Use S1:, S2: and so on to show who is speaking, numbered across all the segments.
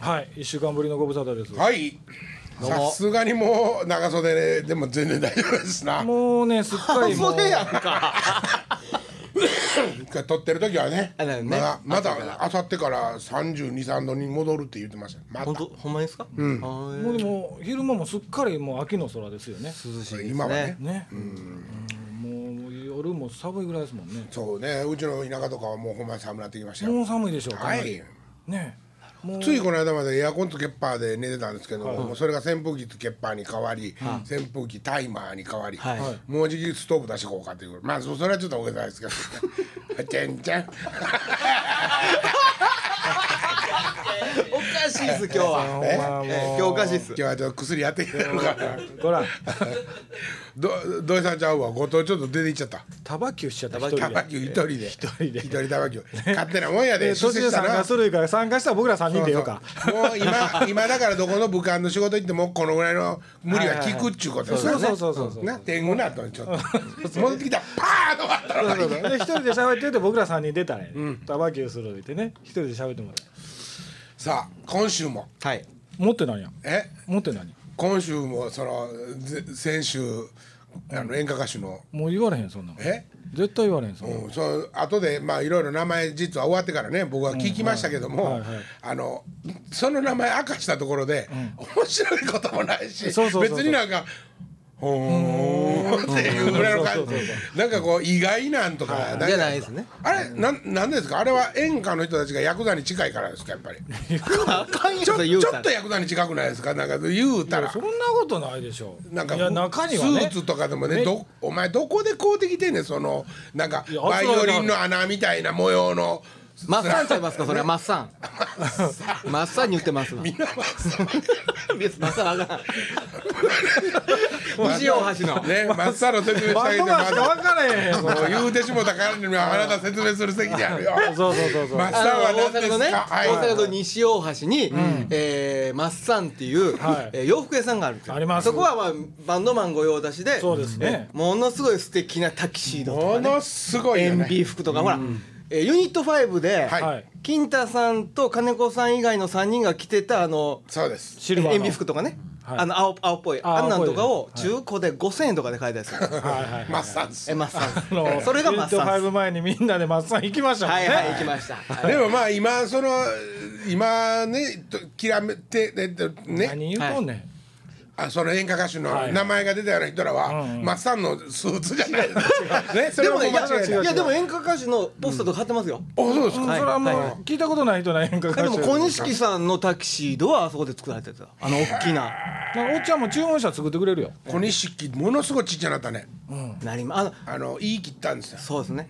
S1: はい一週間ぶりのご無沙汰です、
S2: はい。
S3: どう
S2: さ
S3: も
S2: すがにもう長袖で、でも全然大丈夫ですな。
S1: もうねすっかりもう
S2: そうやんか。一回撮ってる時はね、
S3: あなるほど
S2: ま
S3: ね
S2: だま
S3: 後から
S2: だあさってから三十二三度に戻るって言ってました。ま
S3: 本
S2: た
S3: 当ほんまですか？うん。
S1: もうでも昼間もすっかりもう秋の空ですよね
S3: 涼しいですね。
S2: 今はね。
S1: ねうんもう夜も寒いぐらいですもんね
S2: そうね、うちの田舎とかはもうほんまに寒くなってきましたよ。
S1: もう寒いでしょうか
S2: は
S1: なり
S2: い。
S1: ねもう
S2: ついこの間までエアコンとケッパーで寝てたんですけども、もうそれが扇風機とケッパーに変わり、扇風機タイマーに変わり、
S3: はい
S1: はい
S2: もうじきストーブ出してこうかというまあそそれはちょっと大げさ ですけどちゃんちゃん
S3: おかしいっす今日
S1: ほん
S3: は。
S1: まもう
S3: えー今日おかしいっす
S2: 今。日はちょっと薬やってきてるから
S1: ほら
S2: ど土井さんちゃうわ後藤ちょっと出て行っちゃった
S1: タバキューしちゃった一
S2: タ
S1: 人
S2: バ
S1: で
S2: キュ一人で一
S1: 人で
S2: 一人タバキュ勝手なもんやで
S1: で
S2: 出
S1: 年
S2: 世した
S1: 参
S2: な
S1: 加するから参加したら僕ら三人でようか
S2: そうそうもう今今だからどこの部官の仕事行ってもこのぐらいの無理は効くっちゅうことです
S1: そ
S2: よ
S1: う
S2: ね
S1: そうそうそうそう
S2: な天狗なったのにちょっと戻ってきたらパーッと終わったら
S1: そうそうそうで一人で喋ってて僕ら三人出たらねタバキューするってね一人で喋ってもら
S2: さあ今週も
S3: はい。
S1: う持ってないやん
S2: え
S1: 持ってない
S2: 今週もそのぜ先週あの演歌歌手の
S1: もう言われへんそんなの
S2: え
S1: 絶対言われへんそんなの
S2: うん、そう後でまあいろいろ名前実は終わってからね僕は聞きましたけども、
S1: はいはいはい
S2: あのその名前明かしたところで、面白いこともないし
S1: そうそうそうそう
S2: 別になんか「ほーん」っていうぐらいの感
S1: そうそうそう
S2: じなんかこう意外なんとかんか
S3: じゃないですね
S2: あれなんなんですかあれは演歌の人たちがヤクザに近いからですかやっぱり
S3: あかんや
S2: ちょ
S3: つ言う
S2: ちょ
S3: た
S2: っと
S3: ら。
S2: ヤクザに近くないですかなんか言うたら
S1: そんなことないでしょ
S2: なんか
S1: いや中にはね
S2: スーツとかでもね
S1: め
S2: どお前どこでこうできてんねんそのなんか
S1: いや
S2: バイオリンの穴みたいな模様の
S3: マッサンちゃいますかそれはマッサン。マッサンに言ってますな。マ
S2: 皆はさ
S3: ッサンあかん。西大橋の。
S2: ね真っさら説明して
S1: バ
S2: あ
S1: ン
S2: げ
S1: ド
S2: て
S1: マンしか
S2: ま
S1: 分からへんやん
S2: ずもう言うてしもたからにはあなた説明する席であるよ
S1: そうそうそうそう
S2: 真っ
S3: あ
S2: さらは
S3: の
S2: 何で
S3: 大阪
S2: すか
S3: のね、
S2: はい
S3: 大阪の西大橋に、えーマッサンっていう、
S1: はい
S3: えー洋服屋さんがあるんですよ
S1: あります
S3: そこは、まあ、バンドマン御用達で
S1: そうですね
S3: えーものすごい素敵なタキシードとか、
S2: も
S3: ね、
S2: のすごいよ
S3: 塩
S2: ね
S3: ビ服とか、ほら、えーユニット5で、
S2: はい
S1: はい
S3: 金太さんと金子さん以外の3人が着てたあの
S2: そうです
S1: シルバーの
S3: 塩ビ服とかね、
S1: はい
S3: あの青青っぽい
S1: あ
S3: あんなんとか
S1: 青っ
S3: を中古で5000円とかで買えたやつ、
S1: はいはい
S2: 真っさらです
S3: えマッ
S1: あ
S3: サ
S1: の
S3: ンそれがマッサンです
S1: 8-5前にみんなでマッサン行きましたもん
S3: は
S1: ね
S3: いはい行きました、
S2: でもまあ今その今ねときらめてえっとね
S1: 何言うとんねん
S2: あその演歌歌手
S1: は
S2: の
S1: い
S2: 名前が出たような人らはマッサンのスーツじゃないです か ねそれ
S3: で
S2: はも
S3: も
S2: う
S3: ねい
S2: 間
S3: や
S2: 違い
S3: い
S2: ない
S1: 違う
S3: やでも演歌歌手のポストとか貼ってますよ、
S2: あそうです
S1: そ
S2: か
S1: れはもう
S3: はいはい
S1: 聞いたことない人ないやんか
S3: でも
S1: 歌手
S3: 小錦さんのタキシードはあそこで作られてたあの大きな
S1: なんかおっちゃんも注文者作ってくれるよ
S2: 小錦ものすごいちっちゃなったね
S3: なりまあの
S2: あの言い切ったんですよ
S3: そうですね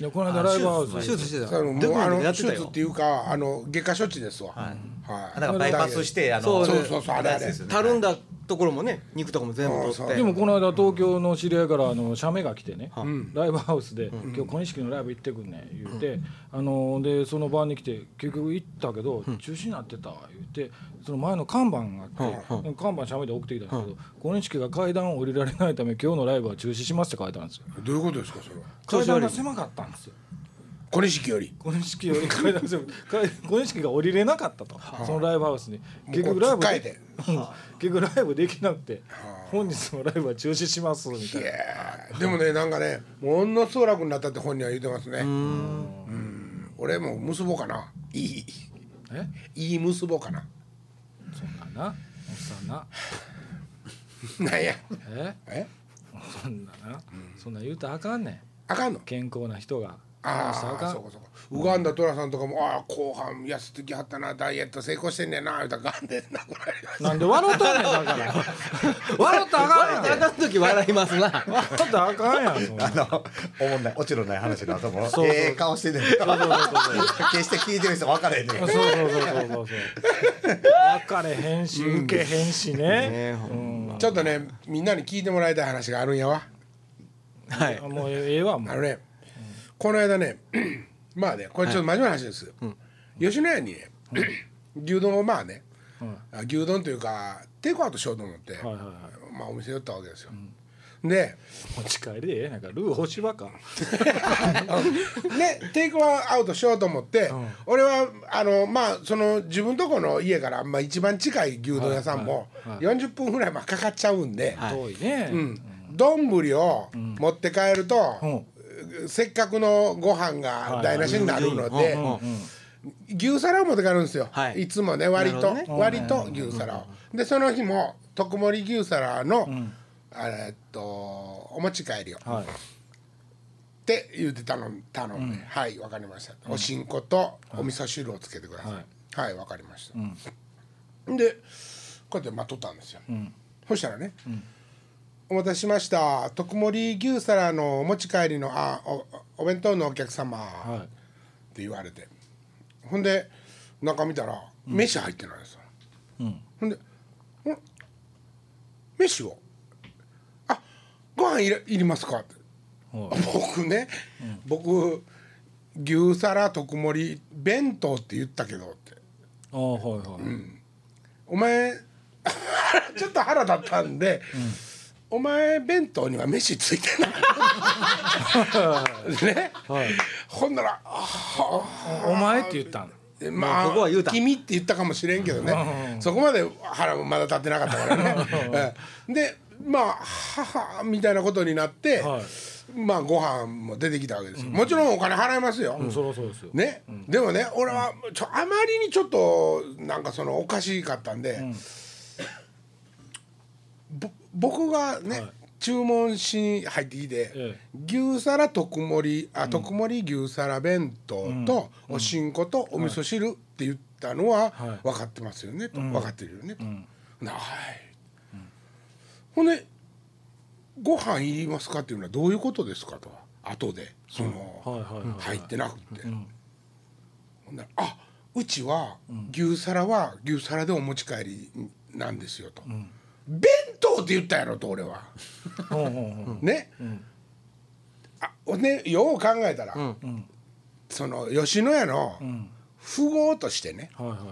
S1: いやこの間ライブハウス
S3: 手術してた
S2: そのも
S3: で
S2: うあの
S3: や
S2: 手
S3: ってた
S2: 術っ
S3: よ
S2: ていうかあの外科処置ですわはい
S4: あだからバイパスしてあの
S3: そう
S2: そうそうそうあれあれ
S4: ですよね
S3: たるんだところもね肉とかも全部
S2: そ
S3: 取
S2: う
S3: っ
S2: そう
S3: て
S1: でもこの間東京の知り合いからあの写メが来てね、ライブハウスで「今日小錦のライブ行ってくんね」言うて、あのでその晩に来て結局行ったけど中止になってた言うてその前の看板があって、看板写メで送ってきたんですけど、小錦が階段を降りられないため今日のライブは中止しますって書いてあるんですよ
S2: どういうことですかそれは
S1: 階段が狭かったんですよ
S2: 小錦より
S1: 小錦より階段 狭い階小錦が降りれなかったと、そのライブハウスに結局ライブ
S2: もうこう突っかえて
S1: でうん結局ライブできなくて本日のライブは中止しますみたい
S2: い
S1: な。
S2: やーでもねなんかねものすごい楽になったって本人は言ってますねうん俺も結ぼうかないい
S1: え
S2: いい結ぼうかな
S1: そんなな、おっさんな、
S2: なんや
S1: え、
S2: え
S1: そんなな、そんな言うたらあかんねん。
S2: あかんの
S1: 健康な人が。
S2: あ
S1: したらあか
S2: あ
S1: ん
S2: そうかそうかウガンダトラさんとかも「ああ後半痩せてきはったなダイエット成功してんねんな」言うたらガンでなくなりました
S1: なんで笑うとんねんだ から。笑ったらあかんや
S3: あ
S1: ん。
S3: かん時笑いますな
S1: 笑ったらあかんやん。そんな
S4: あのおもんない落ちのない話の後も
S1: そう
S4: ええ顔してんねん決して聞いてる人分からへんねん
S1: そうそうそうそうそうそう。分かれへんし、受けへんしね。
S2: ちょっとねみんなに聞いてもらいたい話があるんやわ
S3: はい
S1: あもうええわ、も
S2: あ
S1: う。
S2: のね、この間ね まあねこれちょっと真面目な話です、吉野家にね、牛丼をまあね、
S1: うん
S2: あ牛丼というかテイクアウトしようと思って、
S1: はいはいはい。
S2: まあお店寄ったわけですよ、で
S1: 持ち帰りでええなんかルー星ばか
S2: でテイクワンアウトしようと思って、俺はあのまあその自分とこの家から、まあ、一番近い牛丼屋さんも40分ぐらいまあかかっちゃうんで、
S1: 遠いね、
S2: うん丼を持って帰ると、
S1: うん
S2: せっかくのご飯が台無しになるので、
S3: うんうん
S2: 牛皿を持って帰るんですよ、
S3: はい
S2: い、つもね割と、
S3: なる
S2: 割と牛皿を、でその日も特盛り牛皿の、えっとお持ち帰りを、
S1: はい
S2: って言って頼ん頼んで、はいわかりました、おしんことお味噌汁をつけてくださいはいわ、かりました、でこうやって待っとったんですよ、そしたらね、お待たせしました特盛り牛皿のお持ち帰りのあおお弁当のお客様」
S1: は
S2: って言われてほんで中見たら飯入ってないんですよ、ほんで「ん飯をあご飯いらいりますか?」って
S1: は
S2: 僕ね、僕牛皿特盛り弁当って言ったけどって
S1: ああはいはい、
S2: お前 ちょっと腹立ったんで、お前弁当には飯ついて ないね、ほんならあ
S1: お前って言ったん
S2: まあ
S3: もうここは言うた
S2: 君って言ったかもしれんけどねそこまで腹もまだ立ってなかったからねうんでまあ母みたいなことになって、
S1: はい
S2: まあご飯も出てきたわけですよ、もちろんお金払いますよ、
S1: そりゃそうですよ、
S2: ね、でもね俺はちょあまりにちょっとなんかそのおかしかったんで、ぼ僕がね、注文しに入ってきて、
S1: え
S2: 牛皿特盛りあ特盛り牛皿弁当と、おしんことお味噌汁って言ったのは、
S1: はい
S2: 分かってますよねと、分かってるよねと、なはい、ほんで「ご飯いりますか?」っていうのはどういうことですかと後でその、
S1: はいはいはいはい
S2: 入ってなくて、ほんならあうちは牛皿は牛皿でお持ち帰りなんですよと、弁当って言ったやろと俺は
S1: うんうんうん
S2: ね、あほんでよう考えたら、その吉野家の富豪としてね
S1: はいはいはい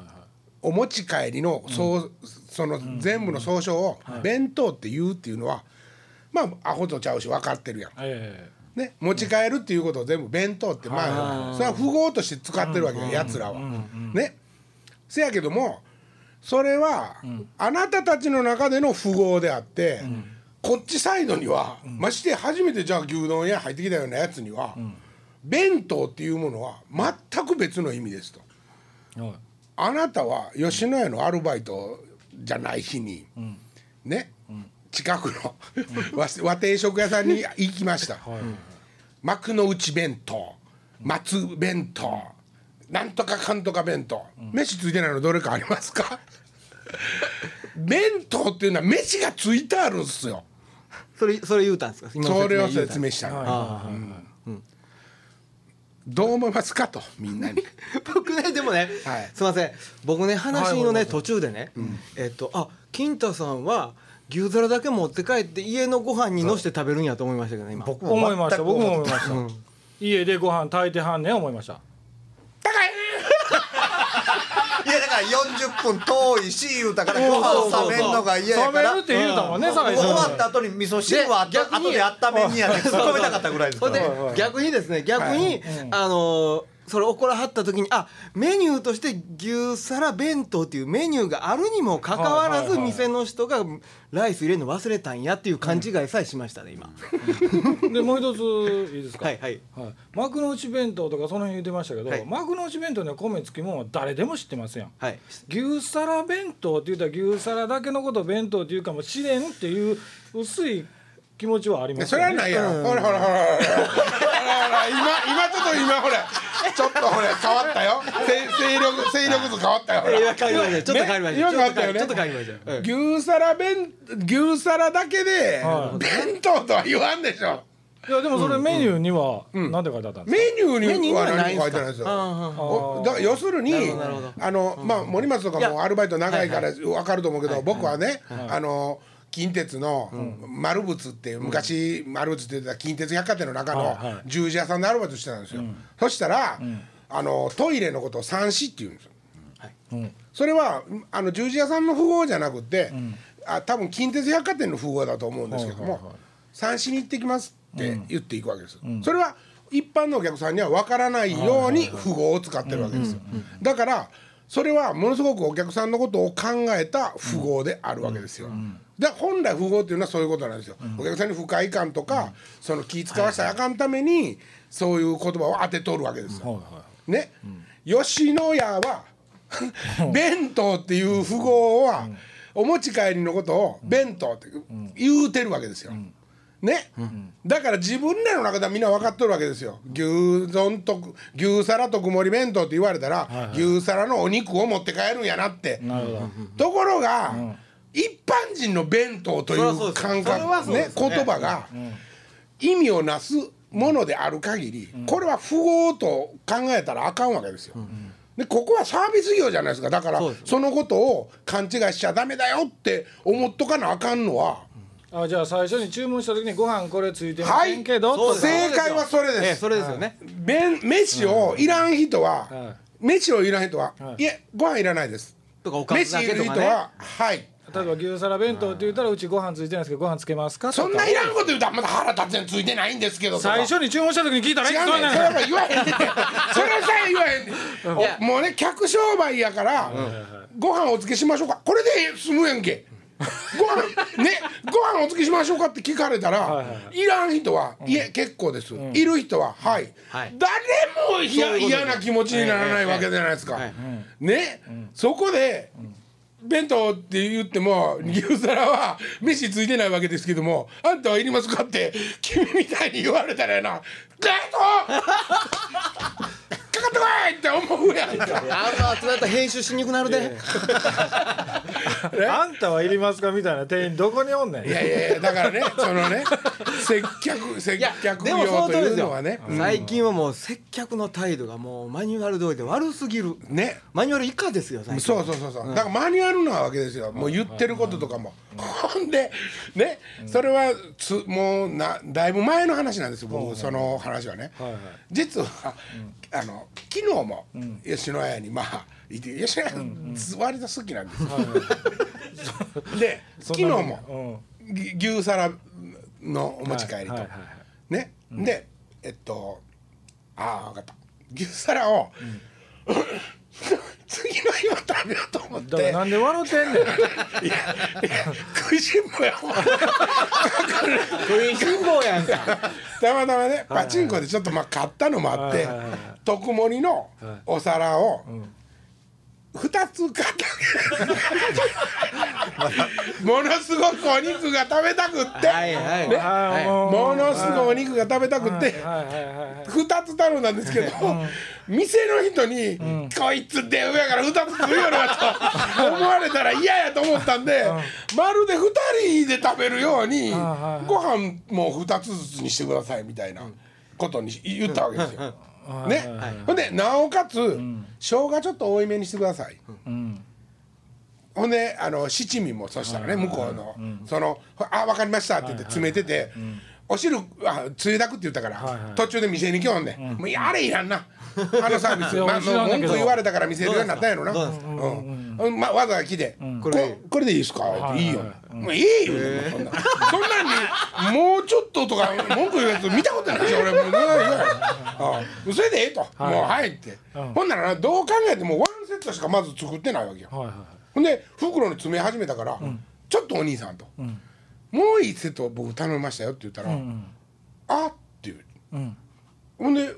S2: お持ち帰りの,、そうその全部の総称を弁当って言うっていうのは、まあアホとちゃうし分かってるやん。
S1: え
S2: ね、持ち帰るっていうことを全部弁当ってまあそれは符号として使ってるわけよやつらは。ねせやけどもそれはあなたたちの中での符号であってこっちサイドにはまして初めてじゃあ牛丼屋入ってきたようなやつには弁当っていうものは全く別の意味ですと。
S1: えはい
S2: あなたは吉野家のアルバイトじゃない日に、ね、近くの、和和定食屋さんに行きました、幕の内弁当松弁当なんとかかんとか弁当、飯ついてないのどれかありますか 弁当っていうのは飯がついてあるんですよ
S3: それそれ言うたんですか今の
S2: それを
S3: 言うた
S2: 説
S3: ん
S2: 明
S3: です
S2: したの、
S1: は
S2: どう思いますかとみんなに
S3: 僕ねでもね、
S2: はい
S3: すいません僕ね話
S1: は
S3: の
S1: いは
S3: ね、
S1: い
S3: 途中でね、えっとあ金太さんは牛皿だけ持って帰って家のご飯にのして食べるんやと思いましたけどね今
S1: い思いました
S4: 全く
S1: 僕も思いました、家でご飯炊いてはんねん思いました
S4: いやだから40分遠いし言うたからご飯冷めんのが嫌や
S1: 食
S4: か
S1: べる
S4: ら
S1: って言うたもんね
S4: 終
S1: 酒井さん
S4: わった後に味噌汁はあ
S3: で逆
S4: と
S3: に
S4: 後で温めんにやって突っ込みたかったぐらいです
S3: そ
S4: か
S3: れで
S4: ら
S3: 逆にですね逆に、あのーそれ怒らはった時にあメニューとして牛皿弁当っていうメニューがあるにもかかわら
S1: はいはい
S3: ず
S1: はい
S3: 店の人がライス入れるの忘れたんやっていう勘違いさえしましたね今、
S1: でもう一ついいですか
S3: はいはい
S1: はい、幕の内弁当とかその辺言ってましたけど、
S3: はい
S1: 幕の内弁当には米付きもんは誰でも知ってますやん
S3: はい
S1: 牛皿弁当って言ったら牛皿だけのことを弁当っていうかもしれんっていう薄い気持ちはあります
S2: そ
S1: よ
S2: れ
S1: ね
S2: はないやろ、ほらほらほらほらほらほら今今ちょっと今ほらちょっとほら変わったよせ勢力勢力図変わったよほら
S3: 今変わりましたちょっと変わりま
S2: ね
S3: した
S2: 今変わったよね
S3: ちょっと変わりましたうん
S2: 牛皿弁牛皿だけで
S1: は
S2: 弁当とは言わんでしょ
S1: いやでもそれメニューには何て書いてあったんです
S2: メニュー
S3: メニ
S2: に
S3: ューに
S2: は
S3: はな
S2: 何
S3: いん
S2: も書
S3: すか
S2: いてないですよ
S3: あ
S2: おだから要するに
S3: なるほど
S2: あのまあ森松とか
S3: い
S2: も
S3: や
S2: アルバイト長いから分かると思うけど僕はねあの近鉄の丸物っていう昔丸物って言ってた近鉄百貨店の中の
S1: はいはい
S2: 十字屋さんでアルバイトしてたんですよそしたらあのトイレのことを三子って言うんですよそれはあの十字屋さんの符号じゃなくて、あ多分近鉄百貨店の符号だと思うんですけども、三振に行ってきますって言っていくわけです、それは一般のお客さんには分からないように符号を使ってるわけですよ、だからそれはものすごくお客さんのことを考えた符号であるわけですよ、で本来符号っていうのはそういうことなんですよ、お客さんに不快感とか、その気使わせたらあかんためにそういう言葉を当てとるわけですよ、ね、吉野家は弁当っていう符号は、お持ち帰りのことを弁当って言うてるわけですよ。ね、だから自分らの中ではみんな分かっとるわけですよ牛丼と牛皿と曇り弁当って言われたら、牛皿のお肉を持って帰るんやなって
S1: なるほど
S2: ところが、一般人の弁当とい
S3: そりゃそううです
S2: 感
S3: それは
S2: 覚
S3: そう
S2: ね
S3: ですね
S2: 言葉が意味をなすものである限り、これは不合と考えたらあかんわけですよ。でここはサービス業じゃないですかだから
S3: そう
S2: そ
S3: です
S2: のことを勘違いしちゃダメだよって思っとかなあかんのは、
S1: あじゃあ最初に注文した時にご飯これついてま
S2: は
S1: せん
S2: い
S1: けど、
S3: そうで
S2: 正
S3: す
S2: 解はそれです
S3: ええそれですよね
S2: 弁飯をいらん人は、
S1: は
S2: 飯をいらん人は、、
S1: はい
S2: えご飯いらないです
S3: とかおかず
S2: 飯
S3: だ
S2: い
S3: け
S2: る
S3: と
S2: 人
S3: かね
S2: ははい
S1: 例えば牛皿弁当って言ったらうちご飯ついてないですけどご飯つけますかとか
S2: そんないらんこと言うたらまだ腹立つやんついてないんですけどとか
S1: 最初に注文した時に聞いたらいい
S2: 違
S1: ん
S2: うねんそれ
S1: です
S2: は言わへんねんそれさえ言わへんねん
S3: いや
S2: おもうね客商売やから、ご飯お付けしましょうかこれで済むやんけご飯ねご飯お付けしましょうかって聞かれたら、、
S1: いはい
S2: らん人は「いえ結構です」いる人は「はい」
S3: はい
S2: 誰も
S3: そう
S2: 嫌
S3: いうこと
S2: 嫌な気持ちにならないわけじゃないですか。
S3: はい
S2: ね、そこで、弁当って言っても牛皿は飯ついてないわけですけどもあんたはいりますかって君みたいに言われたらやな「弁当かかってこい!」って思うやんか。
S3: あの集まったら編集しにくくなるで
S1: ね あんたはいりますかみたいな店員どこにおんねん
S2: いやいやいやだからねそのね接客接
S3: いや
S2: 客
S3: でもそ
S2: 業
S3: の
S2: と
S3: 通り
S2: い
S3: で
S2: う
S3: す
S2: の
S3: よ
S2: はねうん
S3: 最近はもう接客の態度がもうマニュアル通りで悪すぎる
S2: ね
S3: マニュアル以下ですよ最近
S2: そうそうそうそう、だからマニュアルなわけですよもう言ってることとかも、ほんでね、それはつもうなだいぶ前の話なんですよ僕、その話はね、
S1: はいはい
S2: 実は、あの昨日も吉野家にまあいて吉野家、割と好きなんですよ、 で昨日も
S1: も
S2: ぎ牛皿のお持ち帰りと、
S1: はいはいはい
S2: ね、でえっとああ分かった牛皿を、次の日は食べようと思っ
S1: だから
S2: て
S1: なんで笑ってんねん
S2: 食いしん坊やもん
S3: 食いしん坊やんか
S2: たまたまねパチンコでちょっとまあ買ったのもあっ
S1: は
S2: て
S1: いはいはい
S2: 特盛りのお皿を2つ買った ものすごくお肉が食べたくって
S3: はいはい
S2: ね
S1: あー
S3: は
S1: もう
S2: ものすごいお肉が食べたくって
S1: はいはいはいはい
S2: 2つ頼んだんですけど、店の人に、こいつで上やから2つ食うよなと 思われたら嫌やと思ったんで、まるで2人で食べるように、
S1: はい
S2: ご飯も2つずつにしてくださいみたいなことに言ったわけですよ。ね、ほんでなおかつ、生姜ちょっと多いめにしてください。
S1: うん
S2: ほんであの七味もそしたらね向こうの、その「あ分かりました」って言って詰めてて、お汁あつゆだくって言ったから、
S1: はいはい
S2: 途中で店に来よんで、もういやあれいらん なあのサービス
S1: いや
S2: まあ
S1: 俺知らんねん
S2: 文
S1: けど
S2: 句言われたから見せるようになったんやろな
S3: どうです
S2: うんうんまあわざわざ来て、こ
S3: こ
S2: れ
S3: れ
S2: これでいいですか、
S1: い
S2: い、いよ、
S1: は
S2: もういいよ、そんなそんなんにもうちょっととか文句言うやつ見たことないし俺もう言わない言わないああそれでええと、もうはいって、ほんならなどう考えてもワンセットしかまず作ってないわけよ、
S1: はいはい
S2: ほんで袋に詰め始めたから、ちょっとお兄さんと、もう一セット僕頼みましたよって言ったら、あっていう、ほんで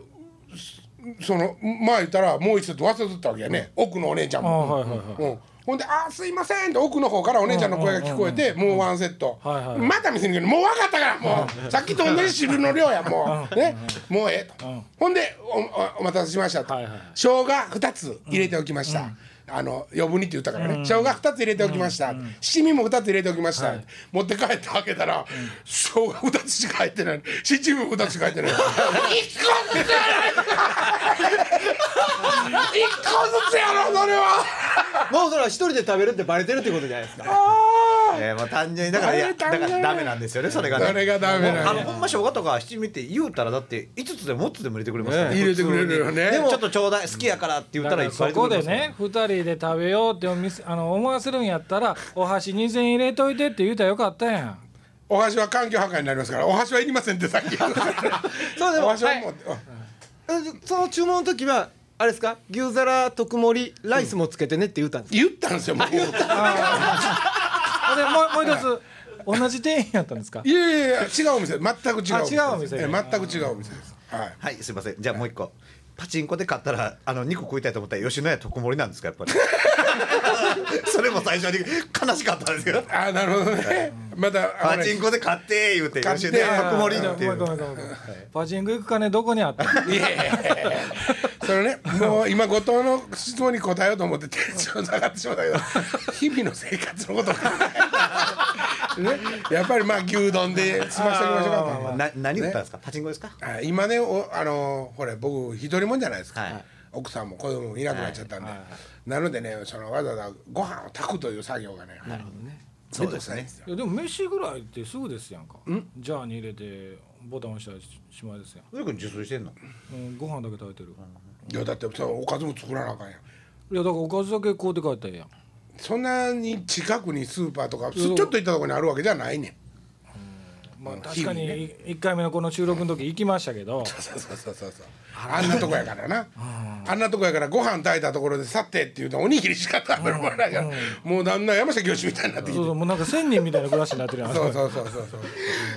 S2: その前言ったらもう一セット忘れとったわけやね、奥のお姉ちゃん
S1: あ
S2: も、
S1: はいはいはい
S2: うんほんで「あーすいません」って奥の方からお姉ちゃんの声が聞こえて、もうワンセット、
S1: はいはい
S2: また見せるけどもう分かったからもう、さっきと同じ汁の量やもう、ねもうええと、ほんでおおお待たせしましたと、
S1: はいはい
S2: 生姜2つ入れておきました、あの余分にって言ったからね、生姜2つ入れておきました、七味も2つ入れておきました、持って帰って開けたら、生姜2つしか入ってない七味も2つしか 入ってない一個ずつやろ一個ずつやろそれは
S3: もうそれは一人で食べるってバレてるってことじゃないですか
S4: えーまあ単純にだからいやだからダメなんですよねそれがね
S2: それがダメ
S4: あ
S2: な
S4: の
S2: の
S4: ほんま生姜とか七味って言うたらだって5つでも6つでも入れてくれますからね
S2: 入れてくれるよね
S4: でもちょっとちょうだい好きやからって言っ
S1: だ
S4: た
S1: から
S4: い
S1: ら
S4: っぱ
S1: そ
S4: い入
S1: こ
S4: れてくれ
S1: で
S4: ますから
S1: ね2人で食べようってお店あの思わせるんやったらお箸2,000円入れといてって言うたらよかったやん
S2: お箸は環境破壊になりますからお箸はいりませんってさっき
S3: そうでも
S2: お箸はもう、
S3: えその注文の時はあれですか牛皿特盛りライスもつけてねって言ったんですか、
S2: 言ったんですよもう
S1: あでもうもう一つ同じ店員やったんですか
S2: いやいやいや違うお店全く違うお店です
S1: あ違うお店
S2: ええ全く違うお店ですはい
S4: はいすいませんじゃあもう一個パチンコで買ったらあの肉食いたいと思ったら吉野家特盛りなんですかやっぱり それも最初に悲しかったんですけど
S2: あなるほどねまだあ
S4: パ
S2: のね
S4: チンコで買って言うて
S2: 買って
S4: 吉野家特盛りってい
S1: ごめんごめ
S4: うん
S1: ごめんごめんパチンコ行く金どこにあったの
S2: いやいやいやいやそれねもう今後藤の質問に答えようと思ってテンション下がってしまったけど日々の生活のことを考えてねやっぱりまあ牛丼で済ませておきましょうかと
S4: な何売ったんですか、パチンコですか
S2: あ今ねおあのほれ僕一人もんじゃないですか、
S4: はい
S2: 奥さんも子供もいなくなっちゃったんで、なのでねそのわざわざご飯を炊くという作業がねなるほどね
S4: そうですね
S1: いやでも飯ぐらいってすぐですやんかじゃあに入れてボタン押したらししまいですやん、
S4: それ君自炊してんの
S1: うん、ご飯だけ食べてる
S2: いやだってそうおかずも作らなあかんやん
S1: いやだからおかずだけ買うて帰ったらええやん
S2: そんなに近くにスーパーとかすちょっと行ったところにあるわけじゃないねん
S1: まあ
S2: ん
S1: 確かに1回目のこの収録の時行きましたけ ど
S2: そうそうそうそうそうあんなとこやからなあんなとこやからご飯炊いたところで去ってっていうとおにぎりしか食べるもんないからもうだんだん山下教師みたいになってきて
S1: そうそうもうなんか千人みたいな暮らしになってるやん
S2: そうそうそうそうそう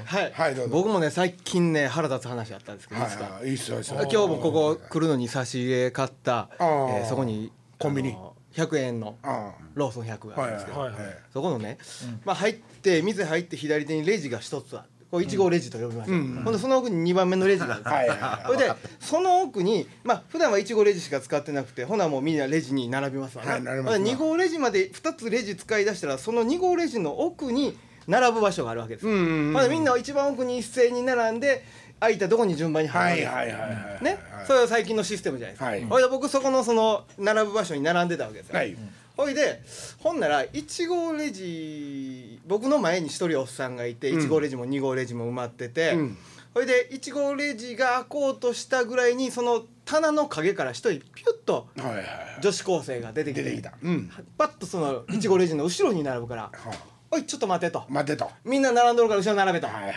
S3: はい、
S2: はいどうぞ
S3: 僕もね最近ね腹立つ話あったんですけど、いいですか
S2: はいはいいいっすよいいっすよ
S3: 今日もここ来るのに差し入れ買った、え
S2: ー
S3: ーそこに
S2: コンビニ
S3: あの100円の
S2: あ
S3: ローソン100があ
S2: あ
S3: る
S2: は
S3: ん
S2: いはい
S3: ですけど、
S1: はい
S2: はい
S3: そこのね、まあ、入って店入って左手にレジが一つあってこう1号レジと呼びました、ほんでその奥に2番目のレジがあるんですよ
S2: はいは
S3: それでその奥にまあ普段は1号レジしか使ってなくてほなもうみんなレジに並びますわね、
S2: はい並びますわ
S3: ほんで2号レジまで2つレジ使い出したらその2号レジの奥に並ぶ場所があるわけですよ、
S2: うんうんうん
S3: ほんでみんな一番奥に一斉に並んで空いたとこに順番に入るわ
S2: は
S3: け
S2: い
S3: ですよ
S2: はいはい
S3: ね、それは最近のシステムじゃないですか、
S2: はい
S3: ほいで僕そこのその並ぶ場所に並んでたわけですよ、
S2: はい
S3: ほいでほんなら1号レジ僕の前に1人おっさんがいて1号レジも2号レジも埋まってて、
S2: うん
S3: ほいで1号レジが開こうとしたぐらいにその棚の陰から1人ピュッと
S2: はいはい
S3: 女子高生が出てきて
S2: 出てきたうん
S3: パッとその1号レジの後ろに並ぶから「おいちょっと待て」と
S2: 待てとは
S3: 「みんな並んどるから後ろ並べ」と。
S2: いはいはい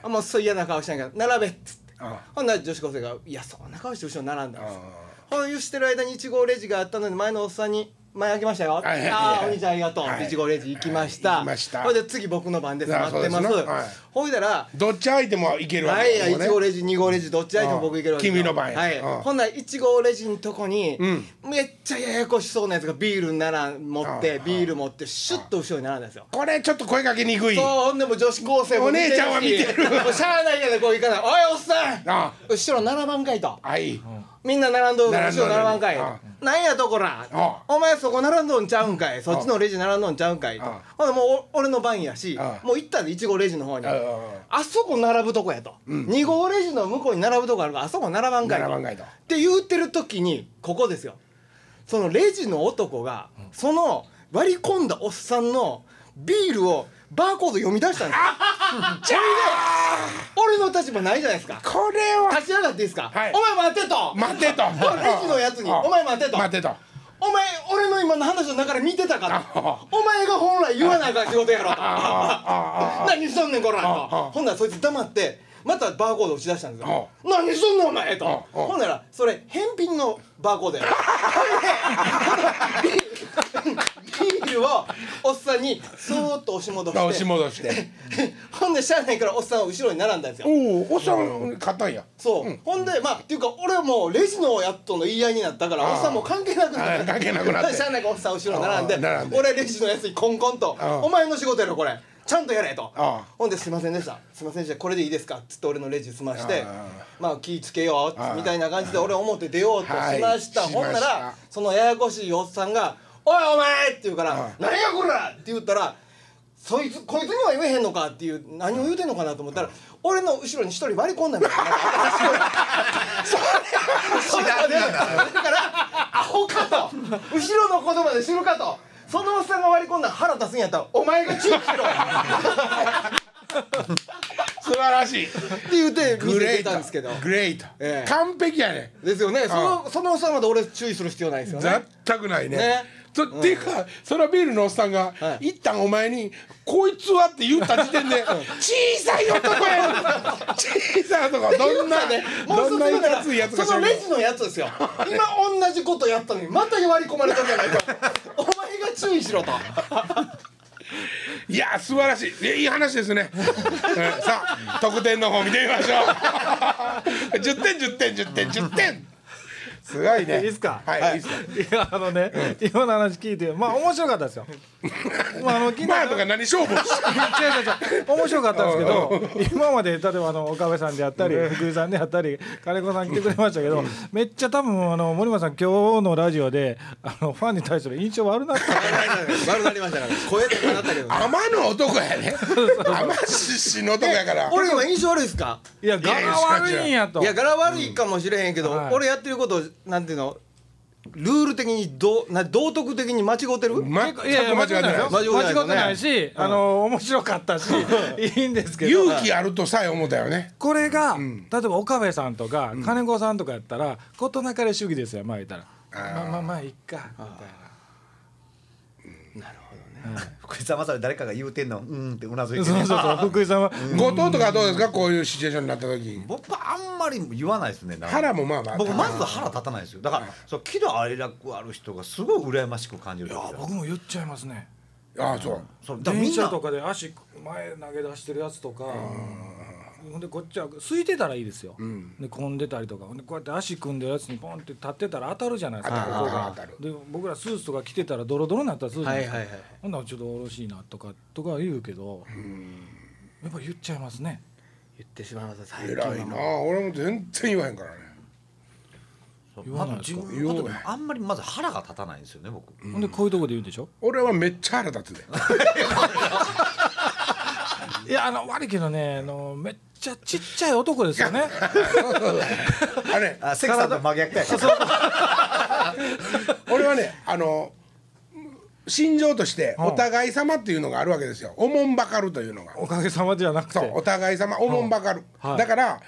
S3: あもうそう嫌な顔しないから並べっつって
S2: あ
S3: ほんなら女子高生が「いやそんな顔して後ろに並んだんですよ」ほんしてる間に1号レジがあったので前のおっさんに「前開けましたよ」
S2: はいはい
S3: ああお兄ちゃんありがとう」
S2: はい
S3: 1号レジ行きまし
S2: はい
S3: た,、
S2: 行きました
S3: ほいで次僕の番です
S2: ああ
S3: 待ってます
S2: そうですなはい
S3: ほいだら
S2: どっち相手もいけるわけ
S3: はいや
S2: もうね
S3: 1号レジ2号レジどっち相手も僕いけるわけですよ
S2: 君の番や
S3: はい
S2: うん
S3: ほんなら1号レジのとこに、
S2: ん
S3: めっちゃややこしそうなやつがビールなら持ってビール持ってシュッと後ろに並んだんですよ
S2: これちょっと声かけにくい
S3: そうほんでも女子高生も
S2: お姉ちゃんは見てる
S3: もうしゃあないやでこう行かないおいおっさん
S2: あ
S3: 後ろ並ばんかいと
S2: はい
S3: みんな並んどるから
S2: 並んど
S3: 後ろ
S2: る
S3: 並ばんかいと
S2: あ
S3: なんやとこら
S2: あ
S3: お前そこ並んどんちゃうんかいそっちのレジ並んどんちゃうんかいと
S2: あ
S3: ほんでもうお俺の番やし
S2: あ
S3: もう行ったで1号レジの方に
S2: あ
S3: あそこ並ぶとこやと2号レジの向こうに並ぶとこあるからあそこ並ばんかい
S2: 並ばん
S3: と
S2: か
S3: っ
S2: いと
S3: て言うてる時にここですよそのレジの男がその割り込んだおっさんのビールをバーコード読み出したんですよ
S2: じゃあ
S3: 俺の立場ないじゃないで すか
S2: これは
S3: 立ち上がっていいですか、
S2: はい
S3: お前待てと
S2: 待 てと
S3: レジのやつに
S2: あ
S3: お前待てと
S2: 待てと
S3: お前俺の今の話の中で見てたから
S2: あ
S3: お前が本来言わなあかん仕事や ろと
S2: ああ
S3: 何しとんねんこらと
S2: あ
S3: ほんならそいつ黙ってまたバーコード打ち出したんですよ
S2: あ
S3: 何しとんねんお前と
S2: ああ
S3: ほんならそれ返品のバーコードやろほんでビールビールをおっさんにそーっと押し戻して
S2: 押し戻して
S3: ほんでしゃあないからおっさんは後ろに並んだんですよ
S2: おおおっさん買ったんや
S3: そう、ほんでまあっていうか俺はもうレジのやっとの言い合いになったから
S2: あー
S3: おっさんもう関係なく
S2: あ
S3: なって
S2: ー関係なくなって
S3: しゃあないからおっさん後ろ並んで
S2: あー並んで
S3: 俺レジのやつにコンコンと
S2: あー
S3: 「お前の仕事やろこれちゃんとやれ」と
S2: あ
S3: ほんで「すいませんでしたすいませんでしたこれでいいですか」っつって俺のレジ済まして
S2: あ
S3: 「まあ気ぃつけよう
S2: あ」ー
S3: みたいな感じで俺表出ようとしました、
S2: はい
S3: ほんな
S2: しました
S3: らそのややこしいおっさんが「おいお前!」って言うから「何やこら!」って言ったら「そいつこいつには言えへんのかっていう何を言うてんのかなと思ったら俺の後ろに一人割り込んだん だよなんか私のそうだねだからアホかと後ろの言葉で死ぬかとそのおっさんが割り込んだら腹立つんやったらお前が注意しろ
S2: 素晴らしい
S3: って言うて見
S2: グレ
S3: て
S2: ー
S3: た
S2: ト
S3: んですけど
S2: グレート、
S3: ええ
S2: 完璧やね
S3: ですよねそのそのおっさんまで俺注意する必要ないですよね
S2: 全くないね
S3: ね
S2: そっていうかそのビールのおっさんが、
S3: はい
S2: 一旦お前に「こいつは」って言った時点で「小さい男やねん小さい男どんな、
S3: もう
S2: ど
S3: 一
S2: んない
S3: つだか
S2: かついやつ
S3: ら
S2: か知
S3: そ
S2: ら
S3: の
S2: んけ
S3: レ
S2: ど
S3: ジのやつですよ今同じことやったのにまた割り込まれたじ ゃないかお前が注意しろと
S2: いや素晴らしいいやいい話ですね、うんさあ得点の方見てみましょう 10点10点10点10点すごいね
S1: いいですか
S2: はい、い、いですか
S1: いやあのね、今の話聞いてまあ面白かった ですよ。まああの昨日
S2: まあとか何勝負
S1: 違
S2: し
S1: う違う違う面白かったんですけど今まで例えばあの岡部さんであったり福井さんであったり金子さん来てくれましたけどめっちゃ多分あの森間さん今日のラジオであのファンに対する印象悪なった
S3: 悪なりましたから声とかなったけど
S2: 天の男やね天獅子の男やから
S3: 俺今印象悪いですか
S1: いや柄悪いんやと
S3: いや柄悪いかもしれへんけど、
S1: はい
S3: 俺やってることなんていうのルール的にどうな道徳的に間違ってる、
S2: 全く
S1: いやいや
S2: 間
S1: 間違ってて
S2: 違っない
S1: ないよ間
S3: 間
S1: 違
S3: 違ってない
S1: ってないしあの面白かったしいいんですけど
S2: 勇気あるとさえ思ったよね
S1: これが、例えば岡部さんとか金子さんとかやったら事なかれ主義ですよまあ言ったらまあまあまあいっかみたいな。
S4: 福井さんまさに誰かが言うてんのうんってうなずい
S1: そう
S4: て
S1: そう
S4: ね
S1: そう福井さんは
S2: 後藤とかどうですかこういうシチュエーションになった時
S4: 僕はあんまり言わないですねなんか
S2: 腹もまあまあ
S4: 僕まず腹立たないですよだからそう喜怒哀楽ある人がすごい羨ましく感じるいや
S1: 僕も言っちゃいますね
S2: ああそう
S4: そうだから
S1: 電
S4: みん
S1: 車
S4: な
S1: とかで足前投げ出してるやつとかほんでこっちは空いてたらいいですよ、で混んでたりとかほんでこうやって足組んでるやつにポンって立ってたら当たるじゃないですか
S2: 当たる
S1: ここが
S2: 当たる
S1: で僕らスーツとか着てたらドロドロになったらスーツじゃないですか、
S3: はいはいはい
S1: ほんならちょっとおろしいなとかとか言うけどやっぱ言っちゃいますね
S3: 言ってしまいます最近は
S2: 偉いな俺も全然言わへんからね
S4: そう
S1: 言わ
S4: ま
S1: ない
S4: ず
S1: です
S4: 自
S1: か
S4: 分のこと
S2: 言わ
S4: があんまりまず腹が立たないんですよね僕
S1: ほんでこういうとこで言うんでしょ
S2: 俺はめっちゃ腹 立つで
S1: いやあの悪いけどねあのめっちゃちっちゃい男ですよね
S2: あれ
S4: あ関さんと真逆やから
S2: 俺はねあの心情としてお互い様っていうのがあるわけですよおもんばかるというのが
S1: おかげさまじゃなくて
S2: そうお互い様おもんばかる、
S1: はい
S2: だから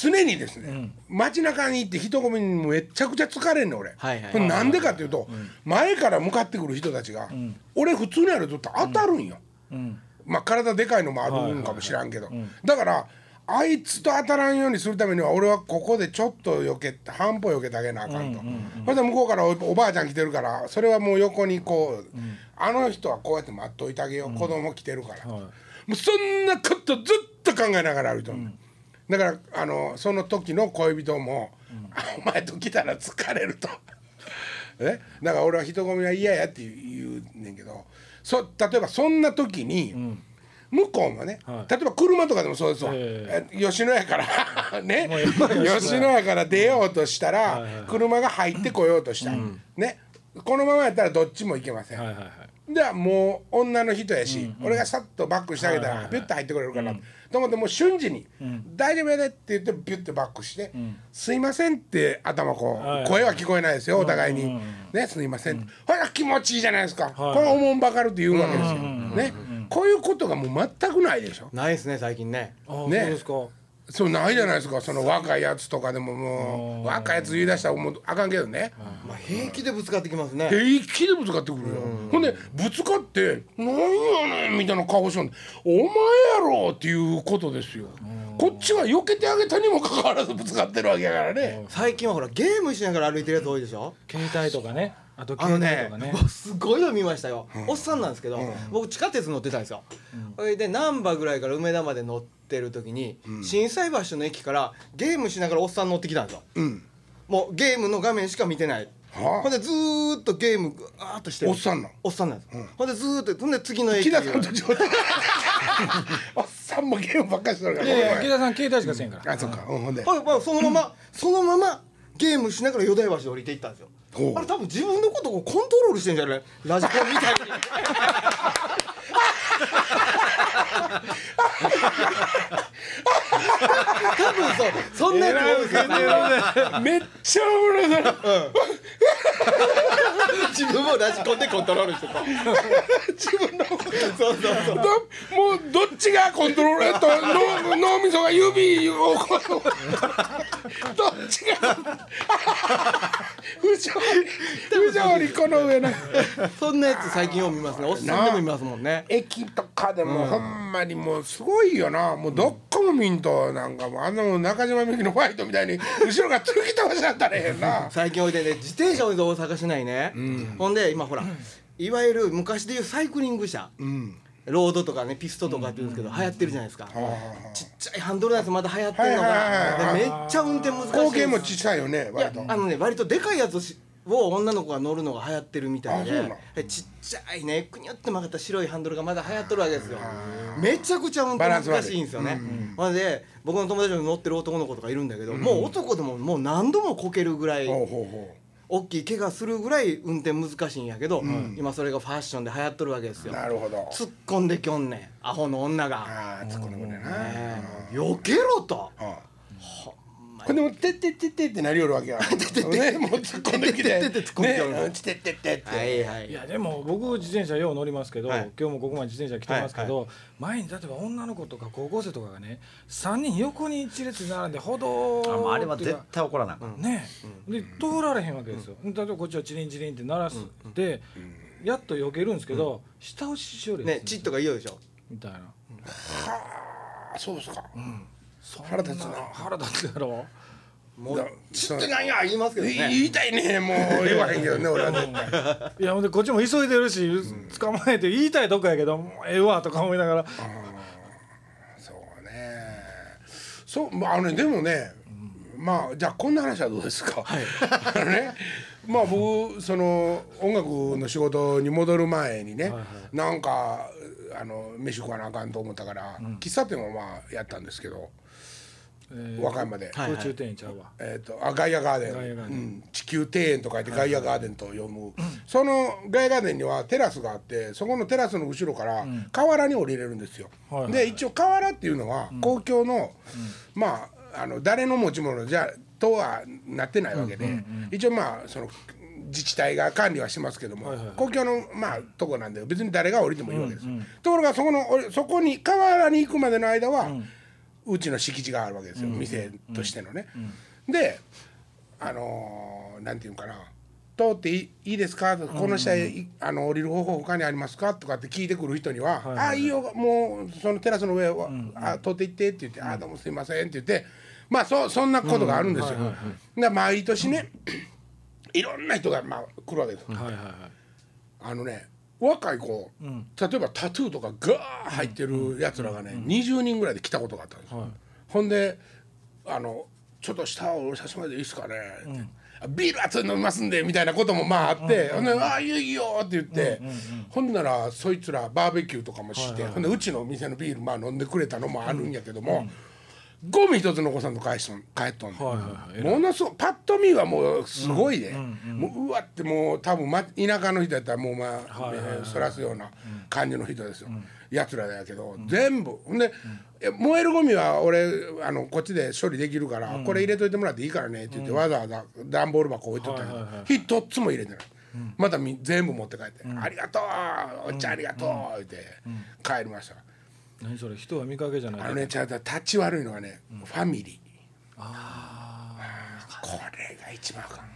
S2: 常にですね、街中に行って人混みにめちゃくちゃ疲れんの俺、
S3: はいはい
S2: これなんでかっていうと、前から向かってくる人たちが、俺普通に歩いとったら当たるんよ、
S1: うん
S2: まあ体でかいのもあるんかもしらんけど、だからあいつと当たらんようにするためには俺はここでちょっと避けて半歩避けてあげなあかんと、そしたら向こうからおおばあちゃん来てるからそれはもう横にこう、あの人はこうやって待っといてあげよう、子供来てるから、もうそんなことずっと考えながら歩いてる、だからあのその時の恋人も「あお前と来たら疲れる」と。 ね、だから俺は人混みは嫌やって言うねんけどそ例えばそんな時に、向こうもね、
S1: はい
S2: 例えば車とかでもそうですわ、
S1: え
S2: え吉野家から ね
S1: もうやっぱり吉野家
S2: 吉野家から出ようとしたら、車が入ってこようとした、ねこのままやったらどっちも行けません、
S1: はいはいはい
S2: ではもう女の人やし、俺がさっとバックしてあげたら、
S1: はいはいはい
S2: ピュッと入ってくれるから、と思ってもう瞬時に「大丈夫やで」って言ってピュッてバックして「すいません」って頭こう、
S1: はいはい
S2: 声は聞こえないですよお互いに「
S1: うんうん
S2: ねすいません」ほら気持ちいいじゃないですか、これおもんばかるって言うわけですよ、ね、こういうことがもう全くないでしょ
S3: ないですね最近ね
S1: ああ、
S2: ね
S1: そうですか
S2: そうないじゃないですかその若いやつとかでももう若いやつ言い出したらもうあかんけどね、
S3: まあ、平気でぶつかってきますね
S2: 平気でぶつかってくるよ、ほんでぶつかって「なんやねん」みたいな顔しとんで「お前やろ」っていうことですよ、こっちは避けてあげたにもかかわらずぶつかってるわけやからね、
S3: 最近はほらゲームしながら歩いてるやつ多いでしょ
S1: 携帯とかねあと
S3: あ
S1: 携
S3: の
S1: 帯
S3: ね
S1: とかね
S3: 僕 すごいの見ましたよ、おっさんなんですけど、僕地下鉄乗ってたんですよ、それで難波ぐらいから梅田まで乗ってる時に、心斎橋の駅からゲームしながらおっさん乗ってきたんですよ、もうゲームの画面しか見てない、
S2: はあ
S3: ほんでずーっとゲームガーッとしてる
S2: おっさんなん
S3: おっさんなんです、ほんでずーっとほんで次の駅
S2: 木田さんと 状態おっさんもゲームばっかりしてるか
S1: い
S2: ら
S1: やいや
S2: ごめ
S1: 池
S2: ん
S1: 田さん携帯しかせんから
S2: あそっか、うん、ほんで
S3: はいまあ、そのままそのままゲームしながら淀屋橋で降りていったんですよ
S2: ほう
S3: あれ多分自分のことをコントロールしてんじゃないラジコンみたいに多分そうそんなやつ多いですよ
S2: めっちゃおもろいな
S3: 自分もラジコンでコントロールしてた
S2: 自分のこと
S3: そうそうそ
S2: ど
S3: う
S2: もうどっちがコントロールえっと脳脳みそが指をこうどっちが不条理不条理この上な
S3: そんなやつ最近よう見ますねおっさんでも見ますもんね
S2: 駅とかでもほんまにもうすごいよなもうどっこもミントなんかもうあんなもん中島みゆきのファイトみたいに後ろが突き飛ばしちゃったらええな
S3: 最近おいでね自転車置いて大阪市内ね、ほんで今ほらいわゆる昔でいうサイクリング車、ロードとかねピストとかって言うんですけど、流行ってるじゃないですか、ちっちゃいハンドルのやつまだ流行ってるのが、
S2: はいはいはいはい
S3: でめっちゃ運転難しいんです
S2: 光景も小さいよね
S3: いや
S2: 割と
S3: あのね割とでかいやつしを女の子が乗るのが流行ってるみたい
S2: あそうな
S3: で
S2: の
S3: でちっちゃいねくにゅって曲がった白いハンドルがまだ流行っとるわけですよめちゃくちゃ運転難しいんですよねなので僕の友達に乗ってる男の子とかいるんだけど、もう男でももう何度もこけるぐらい
S2: ほうほうほ
S3: 大きい怪我するぐらい運転難しいんやけど、今それがファッションで流行っとるわけです
S2: う
S3: よ
S2: なるほど
S3: 突っ込んできょんねんアホの女が、
S2: ああ突っ込んでくれな
S3: ねえもう避けろと
S2: これでも「てってってって」ってなりよるわけやねもう突っ込んできて
S3: てってって突っ込んできよる
S2: ねうんてってってってって
S3: はいはい
S1: いやでも僕自転車よう乗りますけど、
S3: はい
S1: 今日もここまで自転車来てますけど、前に例えば女の子とか高校生とかがね3人横に一列に並んで歩道
S4: あもうあれは
S1: っていう
S4: 絶
S1: か
S4: 対怒らなあかん
S1: ねで通られへんわけですよ、例えばこっちはチリンチリンって鳴らす、でやっと避けるんですけど、下押ししよるや
S3: ね
S1: つ
S3: チッとか言うでしょ
S1: みたいな
S2: あそうですか
S1: そん
S2: 腹立つな
S1: 腹立つやろ
S3: も
S2: だ
S3: うチッとなんや言いますけど
S2: い
S3: ね
S2: 言いたいねもう言わへんけどね俺は絶対
S1: いやほんでこっちも急いでるし捕まえて言いたいとこやけどもうええわとか思いながら
S2: そうねそうまああのねでもねまあじゃあこんな話はどうですかあのねまあ僕その音楽の仕事に戻る前にねなんかあの飯食わなあかんと思ったから喫茶店もまあやったんですけど和歌山で
S3: はいはい
S1: 空中庭園ちゃうわ
S2: えー、とあガイアガーデン
S1: ガイアガーデン
S2: うん、地球庭園と書いてガイアガーデンと読む、そのガイアガーデンにはテラスがあってそこのテラスの後ろから河原に降りれるんですよ。
S1: はいはいはい
S2: で一応河原っていうのは公共の、まああの誰の持ち物じゃとはなってないわけで、一応まあその自治体が管理はしてますけども、
S1: はいはいはい
S2: 公共のまあとこなんで別に誰が降りてもいいわけですよ。ところがそこのおそこに河原に行くまでの間は、うちの敷地があるわけですよ、店としてのね。であのーなんていうんかな通っていいいいですかとかこの下へいあの降りる方法他にありますかとかって聞いてくる人には「ああいいよもうそのテラスの上を、あ通って行って」って言って「ああどうもすいません」って言ってまあそそんなことがあるんですよ。で毎年ね いろんな人が、まあ、来るわけです。
S1: はいはいはい
S2: あのね若い子、例えばタトゥーとかガー入ってるやつらがね、20人ぐらいで来たことがあったんですよ、ほんであの「ちょっと下をおさせてもらっていいですかね」あビール熱いの飲みますんで」みたいなこともまああって「ほんでああいいよいいよ」って言って、ほんならそいつらバーベキューとかもして、ほんでうちの店のビールまあ飲んでくれたのもあるんやけども。ゴミ一つ残さんと帰しとん帰っとんねん、
S1: はいはいはい
S2: ものすごいパッと見はもうすごいね、もううわってもう多分、ま、田舎の人やったらもうまあ、えーそらすような感じの人ですよ、やつらだけど、全部ほんで、え燃えるゴミは俺あのこっちで処理できるから、これ入れといてもらっていいからねって言って、わざわざ段ボール箱置いとったけど、
S1: はいはいは
S2: 一つも入れてない。またみ全部持って帰って「ありがとうお茶ありがとう」って帰りました、
S1: 何それ人は見かけじゃない
S2: あのねちゃんと立ち悪いのはね、ファミリーこれが一番あかん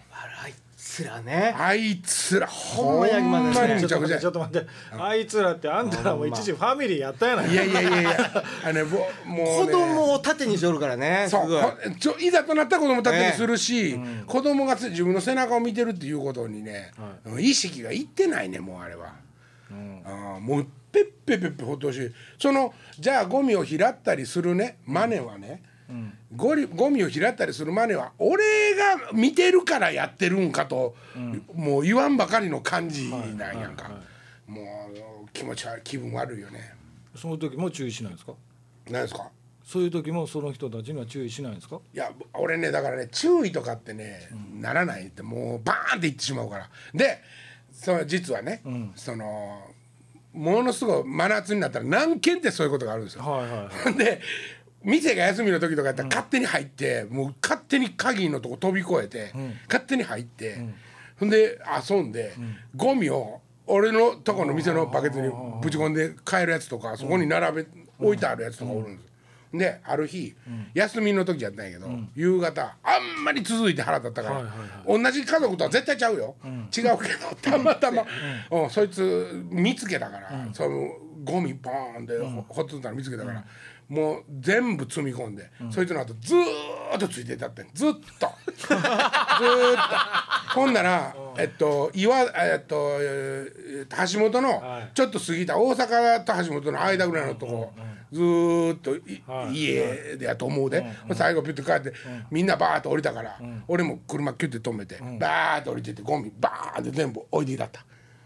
S3: あいつらね
S2: あいつら
S3: ん
S2: ほ
S3: ま
S2: ん
S3: にあきま
S2: ま
S3: せんね
S2: に
S1: ちょ
S2: む
S1: っ
S2: ち
S1: と待っ
S2: ゃくちゃ
S1: てちょっと待ってあいつらってあんたらも一時ファミリーやったやない
S2: いやいやいやいやあのねぼもう
S3: 子
S2: ね
S3: 供を盾にしよるからね す
S2: そう
S3: ごい
S2: ほんちょいざとなったら子供立ったりするし、子供がつ自分の背中を見てるっていうことにね、意識がいってないねもうあれは、あーもうペッペペッペほってほしいそのじゃあゴミを拾ったりするねマネはね、ゴリゴミを拾ったりするマネは俺が見てるからやってるんかと、もう言わんばかりの感じなんやんか、もう気持ち悪い気分悪いよね
S1: その時も注意しないんですか
S2: 何ですか
S1: そういう時もその人たちには注意しないんですか
S2: いや俺ねだからね注意とかってね、ならないってもうバーンっていってしまうからでその実はね、そのものすごい真夏になったら何件ってそういうことがあるんですよ。
S1: はいはい
S2: ほんで店が休みの時とかやったら勝手に入って、もう勝手に鍵のとこ飛び越えて、勝手に入って、ほんで遊んで、ゴミを俺のとこの店のバケツにぶち込んで買えるやつとかそこに並べ、置いてあるやつとかおるんです、である日、休みの時やったんやけど、夕方あんまり続いて腹立ったから、
S1: はいはい
S2: 同じ家族とは絶対ちゃうよ、違うけどたまたま、うんそいつ見つけたから、そのゴミポーンでほほっとったの見つけたから、もう全部積み込んで、そいつの後ずーっとついてたってんずっとずーっとほんなら、えっと岩えっとえー橋本の
S1: はい
S2: ちょっと過ぎた大阪と橋本の間ぐらいのとこ、ずーっとい、
S1: はい
S2: 家でやと思うで、最後ピュッと帰って、みんなバーッと降りたから、俺も車キュッて止めて、バーッと降りてってゴミバーンって全部置いていたった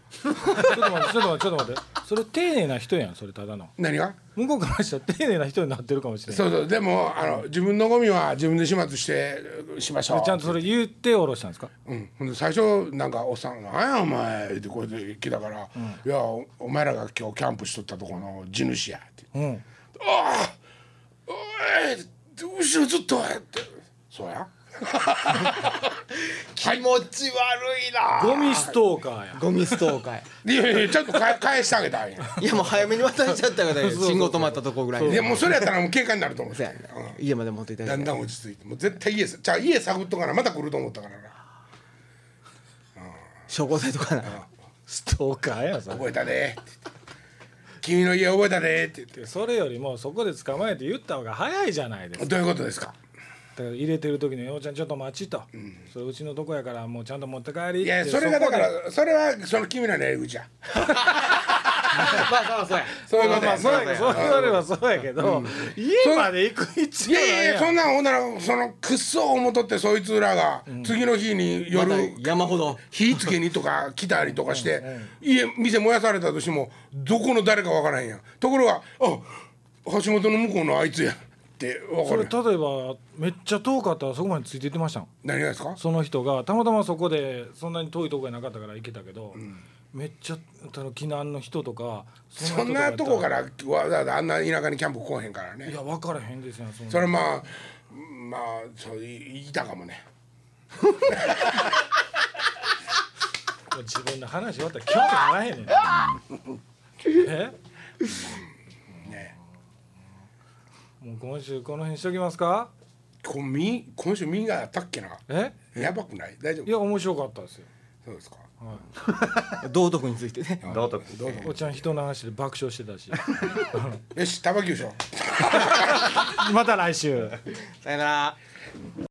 S1: ちょっと待ってちょっと待ってちょっと待ってそれ丁寧な人やんそれただの
S2: 何が
S1: 向こうからしたら丁寧な人になってるかもしれない
S2: そうそうでもあの自分のゴミは自分で始末してしましょう
S1: ちゃんとそれ言っておろしたんですか
S2: うん、ほんで最初なんかおっさん「何やお前」ってこうやって来たから「いやおお前らが今日キャンプしとったところの地主や」って
S1: うん
S2: 「ああおい後ろずっと」って「そうや」
S3: 気持ち悪いな
S1: ゴミストーカーや
S3: ゴミストーカーや
S2: いやいやちょっとかえ返してあげたんや
S3: いやもう早めに渡しちゃったからね
S1: そうそう
S3: 信号止まったとこぐらい
S2: い
S3: で
S2: やもうそれやったらもう喧嘩になると思う
S3: そうやね家まで持っていただ
S2: だ
S3: い
S2: ん
S3: て
S2: だん落ち着いてもう絶対家さじゃあ家探っとかなまた来ると思ったからな
S3: 証拠剤とかな
S1: ストーカーやそれ
S2: 覚えたでって言って君の家覚えたでって言って
S1: それよりもそこで捕まえて言った方が早いじゃないですか
S2: どういうことですか
S1: だから入れてる時に「ようちゃんちょっと待ち」と「それうちのとこやからもうちゃんと持って帰り」
S2: いやそれがだからそれはその君らのやり口や
S3: まあそうそうや
S2: そういう
S1: ま
S2: こ
S1: あ
S2: と
S1: まあ
S2: や
S1: そうやけどそう言わればそうやけど家まで行く
S2: い
S1: 必要
S2: や
S1: ない
S2: いやいや
S1: やん
S2: そんなんほんならそのくっそ大元ってそいつらが次の日に
S3: ま
S2: 夜
S3: た山ほど
S2: 火つけにとか 来たりとかして家店燃やされたとしてもどこの誰かわからんやんところが「あ橋本の向こうのあいつや」ってわか
S1: それ
S2: るやん
S1: 例えばめっちゃ遠かったらそこまでついていってましたん
S2: 何がですか
S1: その人がたまたまそこでそんなに遠いとこやなかったから行けたけど、めっちゃあの避難の人とか
S2: そんなとこからわざわざあんな田舎にキャンプ来へんから
S1: い
S2: ね
S1: や分からへんですよそんな
S2: それまあまあそういいたかもね
S1: もう自分の話終わったら興味ないねん え
S2: ね
S1: もう今週この辺しときますか
S2: こみ今週みんなあったっけな
S1: え
S2: やばくない大丈
S1: い
S2: 夫
S1: や面白かったですよ
S2: そうですか
S3: 道徳についてね
S4: どうと
S2: どうぞ
S1: おっちゃん人の話で爆笑してたし
S2: よし玉木でしょ
S1: また来週
S3: さよなら